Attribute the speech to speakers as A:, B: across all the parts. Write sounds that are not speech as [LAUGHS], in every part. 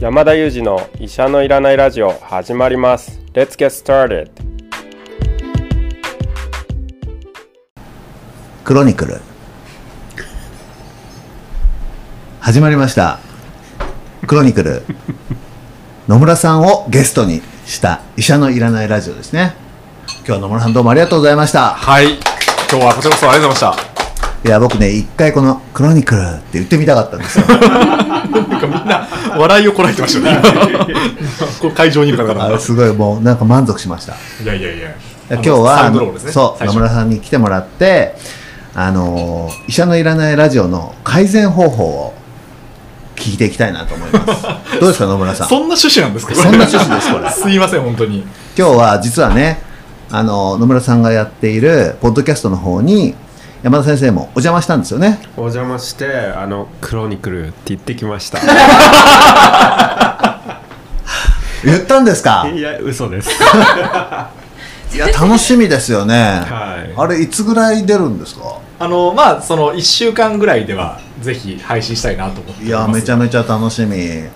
A: 山田裕二の医者のいらないラジオ始まります Let's get started
B: クロニクル始まりましたクロニクル野村さんをゲストにした医者のいらないラジオですね今日は野村さんどうもありがとうございました
C: はい。今日はこちらこそありがとうございまし
B: いや僕ね一回この「クロニクル」って言ってみたかったん
C: [LAUGHS]
B: ですよ
C: た。笑いをこらえてましたね。 [LAUGHS] こう会場にいる方
B: あ
C: 々
B: れ
C: が。
B: すごいもうなんか満足しました
C: いやいやいや。
B: 今日は
C: サ
B: あ
C: ウンドロー
B: の
C: ルですね。
B: そう
C: 最
B: 野
C: 初
B: 村さんに来てもらってあのー医者のいらないラジオの改善方法を聞いていきたいなと思います
C: [LAUGHS]
B: どうですか野村さん
C: そんな趣旨なんですか
B: そんな趣旨ですこれ
C: [LAUGHS] すいません、本当に。
B: 今日は実はねあの野村さんがやっているポッドキャストの方に山田先生もお邪魔したんですよね
A: お邪魔してあのクロニクルって言ってきました
B: 言ったんですか
A: いや嘘です
B: いや楽しみですよね、
A: はい
B: あれいつぐらい出るんですか
C: あの、まあ、その、1週間ぐらいでは、ぜひ配信したいなと思ってお
B: い
C: りま
B: や
C: す。
B: めちゃめちゃ楽しみえ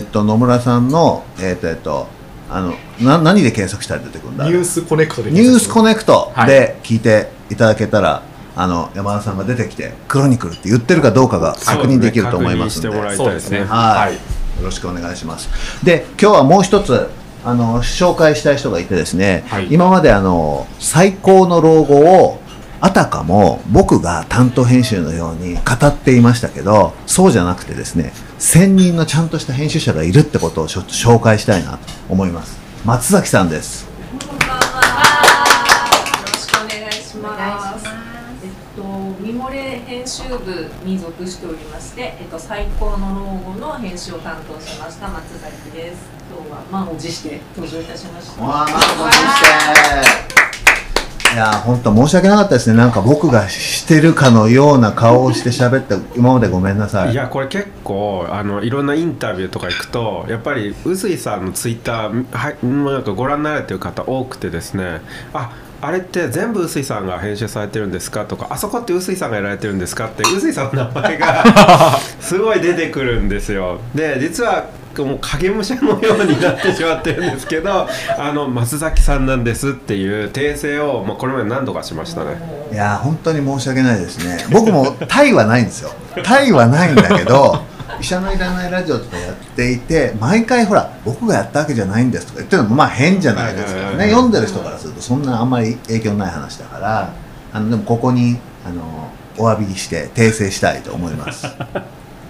B: っと野村さんのえっとえっとあのな何で検索したら出てくるんだ
C: ニュースコネクトで。
B: ニュースコ
C: ネ
B: ネクト
C: はい
B: で聞いていただけたら、あの山田さんが出てきて「クロニクル」って言ってるかどうかが確認できると思いますんで
A: そうですね確認してもら
C: ク
A: い
C: ト。そうですね。
B: はい、よ。ろしくお願いします。で、今日はもう一つ、あの、紹介したい人がいてですね、
C: はい
B: 今まであの、最高の老後を、あたかも僕が担当編集のように語っていましたけど、そうじゃなくてですね、専任のちゃんとした編集者がいるってことをちょっと紹介したいなと思います。松崎さんです。
D: よろしくお願いします。えっと、ミモレ編集部に属しておりまして、えっと、最高の老後の編集を担当しました松崎です。今日は満を持して登場いたしました。
B: わー、まずいやー、本当申し訳なかったですね。なんか僕がしてるかのような顔をして喋って、今までごめんなさい。
A: いやこれ結構あのいろんなインタビューとか行くとやっぱり臼井さんのツイッターはいもうなんかご覧になれてる方多くてですねああれって全部臼井さんが編集されてるんですかとかあそこって臼井さんがやられてるんですかって臼井さんの名前がすごい出てくるんですよで実はもう影武者のようになってしまってるんですけどあの松崎さんなんですっていう訂正を、まあ、これまで何度かしましたね
B: いやー本当に申し訳ないですね僕もタイはないんですよタイはないんだけ [LAUGHS] ど「医者のいらないラジオ」とかやっていて毎回ほら僕がやったわけじゃないんですとか言ってるのもまあ変じゃないですから
A: はいはいは
B: ね
A: い
B: 読んでる人からするとそんなあんまり影響ない話だからあのでもここにあのお詫びして訂正したいと思います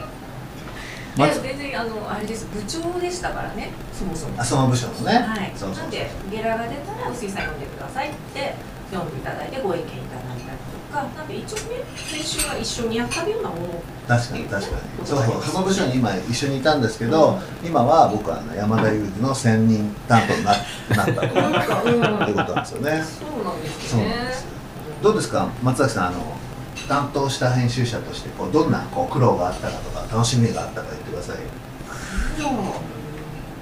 D: い
B: ま
D: や
B: ず
D: 全然あのあれです部長でしたからねそもそも。
B: [LAUGHS] あ
D: は
B: その部署のね、
D: い。
B: そうそう
D: なんでゲラが出たら薄井さん読んでくださいって読んでいただいてご意見いただいたりとか、なんで一応ね編集は一緒にやったようなものを
B: 確かに確かにそうそうその部署に今一緒にいたんですけど、今は僕はあの山田裕二の専任担当になな [LAUGHS] ったと。
D: なんかうん
B: ということなんですよね。
D: そうなんです
B: そう
D: ね。
B: なんです。どうですか、松崎さん、あの担当した編集者として、こうどんなこう苦労があったかとか、楽しみがあったか言ってくださいよ。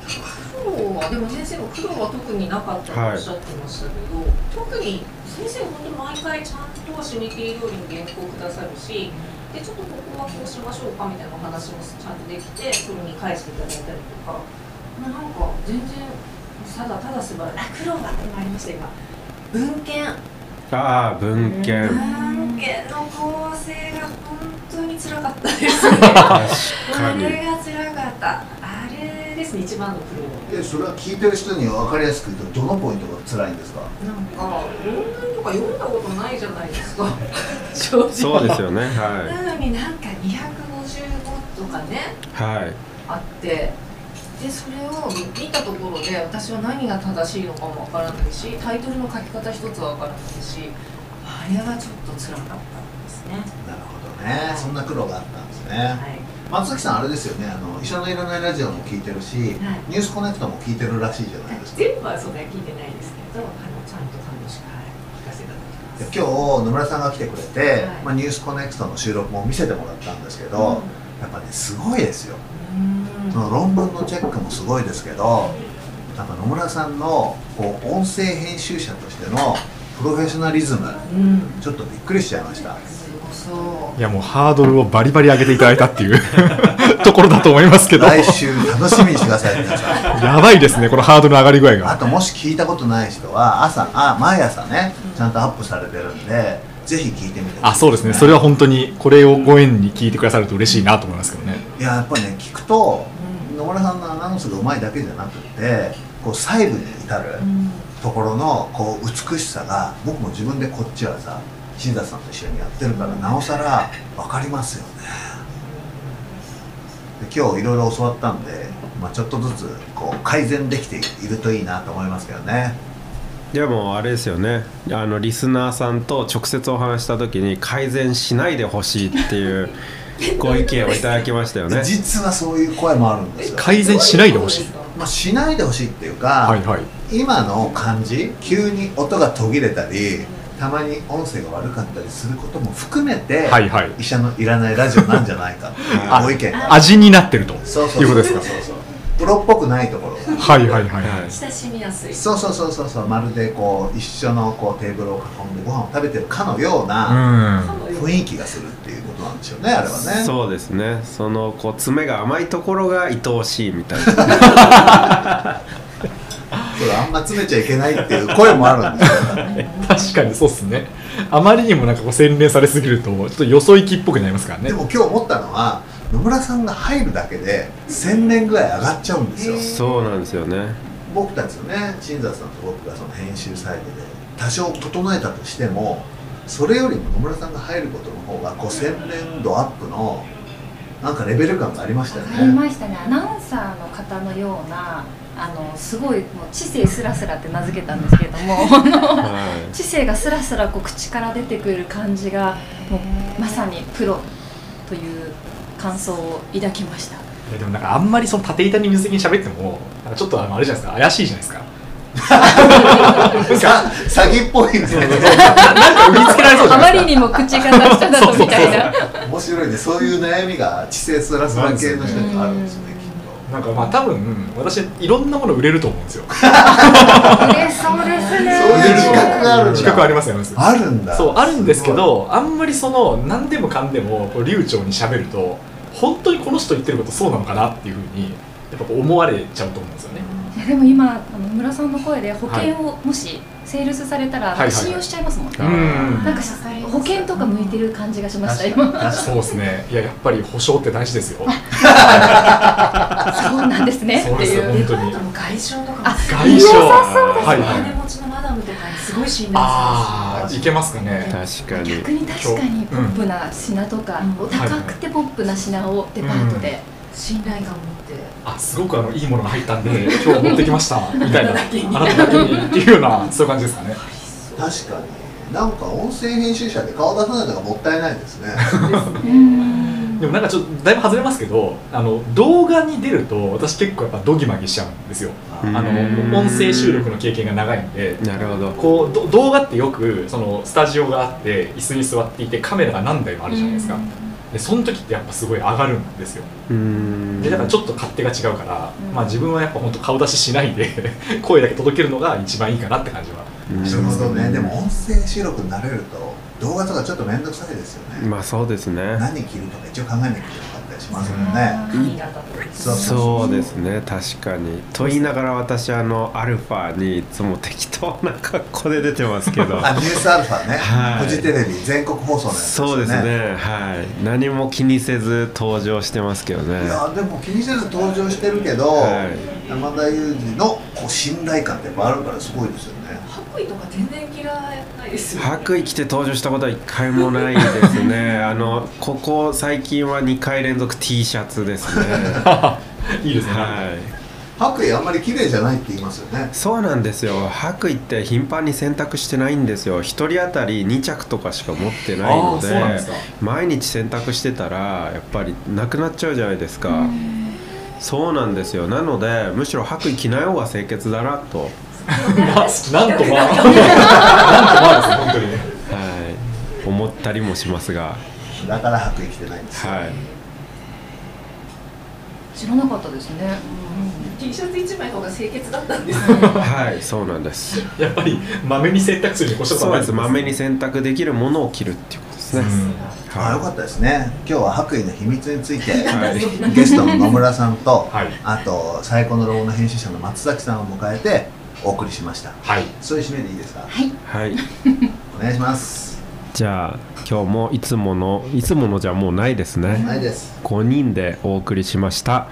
D: 苦労苦労はでも先生も苦労は特になかったとおっしゃってましたけど、特に先生本当毎回ちゃんと締め切り通りに原稿をくださるしでちょっとここはこうしましょうかみたいなお話もちゃんとできてそれに返していただいたりとかまあなんか全然ただただ素晴らしいあ苦労があってまいりました今文献
A: ああ文献
D: 文献の構成が本当につらかったですね [LAUGHS]
A: 確か
D: あ
A: に
D: れがつらかったあれですね一番の苦労
B: で、それは聞いてる人に分かりやすく言うと、どのポイントが辛いんですか。
D: なんか論文とか読んだことないじゃないですか正直
A: そうですよねは
D: なのになんか255とかね
A: いはい
D: あってでそれを見たところで私は何が正しいのかもわからないしタイトルの書き方一つはわからないしあれはちょっと辛かったんですね
B: なるほどね、そんな苦労があったんですね。
D: はい
B: 松崎さん、あれですよね、あの医者のいらないラジオも聞いてるし、ニュースコネクトも聞いてるらしいじゃないですか。
D: 全部はそんな聞いてないですけどあのちゃんと楽しくはい聞かせていただきます
B: で今日野村さんが来てくれて、
D: はい
B: まあ、ニュースコネクトの収録も見せてもらったんですけど、
D: うん
B: やっぱねすごいですよ
D: うーん
B: その論文のチェックもすごいですけどなんか野村さんのこう音声編集者としてのプロフェッショナリズム
D: うん
B: ちょっとびっくりしちゃいました
D: すごそう
C: いや、もうハードルをバリバリ上げていただいたっていう。 [LAUGHS] ところだと思いますけど
B: 来週楽しみにしてください皆さん
C: [LAUGHS] やばいですねこのハードルの上がり具合
B: あ
C: が
B: ともし聞いたことない人は朝あ毎朝ねちゃんとアップされてるんでぜひ聞いてみてください
C: あそうですねそれは本当にこれをご縁に聞いてくださると嬉しいなと思いますけどね
B: いややっぱりね聞くと野村さんのアナウンスがうまいだけじゃなくてこう細部に至るところのこう美しさが僕も自分でこっちはさ新田さんと一緒にやってるからなおさら分かりますよねで今日いろいろ教わったんで、まあ、ちょっとずつこう改善できているといいなと思いますけどね
A: でもあれですよねあのリスナーさんと直接お話した時に改善しないでほしいっていうご意見をいただきましたよね
B: 実はそういう声もあるんですよ、
C: 改善しないでほしい
B: まあ、しないでほしいっていうか、
C: はいはい
B: 今の感じ急に音が途切れたりたまに音声が悪かったりすることも含めて、
C: はいはい
B: 医者のいらないラジオなんじゃないかっていうご意見が
C: 味になってると
B: そうそう
C: い
B: そ
C: うこ
B: う
C: とです
B: そう
C: か
B: そうプロっぽくないところが
C: はいはいはい
A: は
C: はい
D: 親しみやすい。
B: そうそうそうそうそうまるでこう一緒のこうテーブルを囲んでご飯を食べてるかのような
C: うん
B: 雰囲気がするっていうことなんでしょうねあれはね
A: そうですねそのこう爪が甘いところが愛おしいみたいな
B: それあんま詰めちゃいけないっていう声もあるんですよ
C: [LAUGHS] 確かにそうっすねあまりにもなんかこう洗練されすぎるとちょっとよそ行きっぽくなりますからね
B: でも今日思ったのは野村さんが入るだけで1000年ぐらい上がっちゃうんですよ
A: そうなんですよね
B: 僕たちのね新座さんと僕がその編集サイトで多少整えたとしてもそれよりも野村さんが入ることの方が5000年度アップのなんかレベル感がありましたよ
E: あり
B: ね
E: ましたねアナウンサーの方のようなあのすごいもう知性すらすらって名付けたんですけれども
C: [LAUGHS]
E: あの
A: は
E: 知性がすらすらこう口から出てくる感じがもうまさにプロという感想を抱きました
C: いやでもなんかあんまりその縦板に水着に喋ってもなんかちょっとあのあれじゃないですか怪しいじゃないですかなんか
B: さ詐欺っぽいですね
C: なんか売りつけられそうじゃな
E: あま
C: いです
E: り
C: か
E: にも口が出しただとみたいな
B: 面白いねそういう悩みが知性すらすら系の人にあるんですよねきっ
C: なんかまあ多分私いろんなもの売れると思うんですよ
E: えそうですね
B: そういう自覚があるんだ
C: 自覚ありますよね
B: とあるんだ
C: そうあるんですけどあんまりその何でもかんでもこう流暢に喋ると本当にこの人言ってることそうなのかなっていうふうにやっぱこう思われちゃうと思うんですよ
E: [LAUGHS]
C: ね
E: い [LAUGHS] やでも今あの村さんの声で保険をもしセールスされたら、
C: はいはいはい
E: 信用しちゃいますもんね、
A: うん
E: なんか保険とか向いてる感じがしました
B: 確
E: 今
B: かに
C: そうですねいややっぱり保証って大事ですよ
E: そうなんですね
C: そう
E: って
C: です
E: い
C: よ
E: う
C: 本当
D: あ
C: に
D: とも外傷とかも
E: あ
C: 外
E: 良
C: 傷
E: さそうですね、
C: はい
D: お
C: はい
D: 金持ちのマダムとかにすごい信頼さ
C: ああいけますかね
A: い、確かに
E: 逆に確かにポップな品とか、
D: うん
E: 高くてポップな品をデパートで、
D: れる信頼感を持って
C: あすごくあのいいものが入ったんで今日持ってきま
E: [LAUGHS]
C: したみたいな
D: あなただけに
C: あなただけにっていうようなそういう感じですかね
B: 確かになんか音声編集者で顔出さないのがもったいないですね
E: うん
C: でもなんかちょっとだいぶ外れますけどあの動画に出ると私結構やっぱドギマギしちゃうんですよ
B: う
C: あ
A: うん
C: の音声収録の経験が長いんで
A: なるほど
C: こうど動画ってよくそのスタジオがあって椅子に座っていてカメラが何台もあるじゃないですかでその時ってやっぱすごい上がるんですよ
A: うん
C: でだからちょっと勝手が違うから、
E: うん
C: まあ、自分はやっぱ本当顔出ししないで [LAUGHS] 声だけ届けるのが一番いいかなって感じは
A: うん
B: なるほどねでも音声収録になれると動画とかちょっと面倒くさいですよね、
A: まあそうですね
B: 何着るとか一応考えなきゃいけなかったりしますもんね。
E: あ
D: 髪型とか
B: そう
A: そうですね確かにと言いながら私あのアルファにいつも適当な格好で出てま
C: [LAUGHS]
A: すけど
B: あ、ニュースアルファね、
A: はい
B: フジテレビ全国放送のやつですよね。
A: そうです。ねはい何も気にせず登場してますけどね
B: いやでも気にせず登場してるけど、
A: は
B: 山田裕二のこう信頼感ってやっぱあるからすごいですよね。
D: 白衣とか全然嫌いないですよ
A: 白衣着て登場したことは一回もないです
C: [LAUGHS]
A: ねあのここ最近は2回連続 T シャツですね
C: [LAUGHS] いいですね、
A: はい
B: 白衣あんまり綺麗じゃないって言いますよね。
A: そうなんですよ白衣って頻繁に洗濯してないんですよ1人当たり2着とかしか持ってない
C: あ
A: の
C: あ
A: で
C: そうなんですか
A: 毎日洗濯してたらやっぱりなくなっちゃうじゃないですか、そうなんですよなのでむしろ白衣着ない方が清潔だなと、は
D: [LAUGHS]
C: まあ、なんとまあなんとまあですね本当にね
A: い、思ったりもしますが
B: だから白衣着てないんですよ。
C: [LAUGHS]
A: はい
E: 知らなかったですね、
D: T シャツ一枚の方が清潔だったんです
A: はいそうなんです
C: やっぱりまめに選択するに越したこと
A: そう
C: はない
A: ですまめに選択できるものを着るっていうことですね、
C: うん
B: あよかったですね今日は白衣の秘密について、
A: はい
B: ゲストの野村さんと、
C: はい
B: あと最高のロゴの編集者の松崎さんを迎えてお送りしました
C: はい
B: そういう締めでいいですか
A: はい
B: お願いします
A: じゃあ今日もいつものいつものじゃもうないですね
B: ないです
A: 5人でお送りしました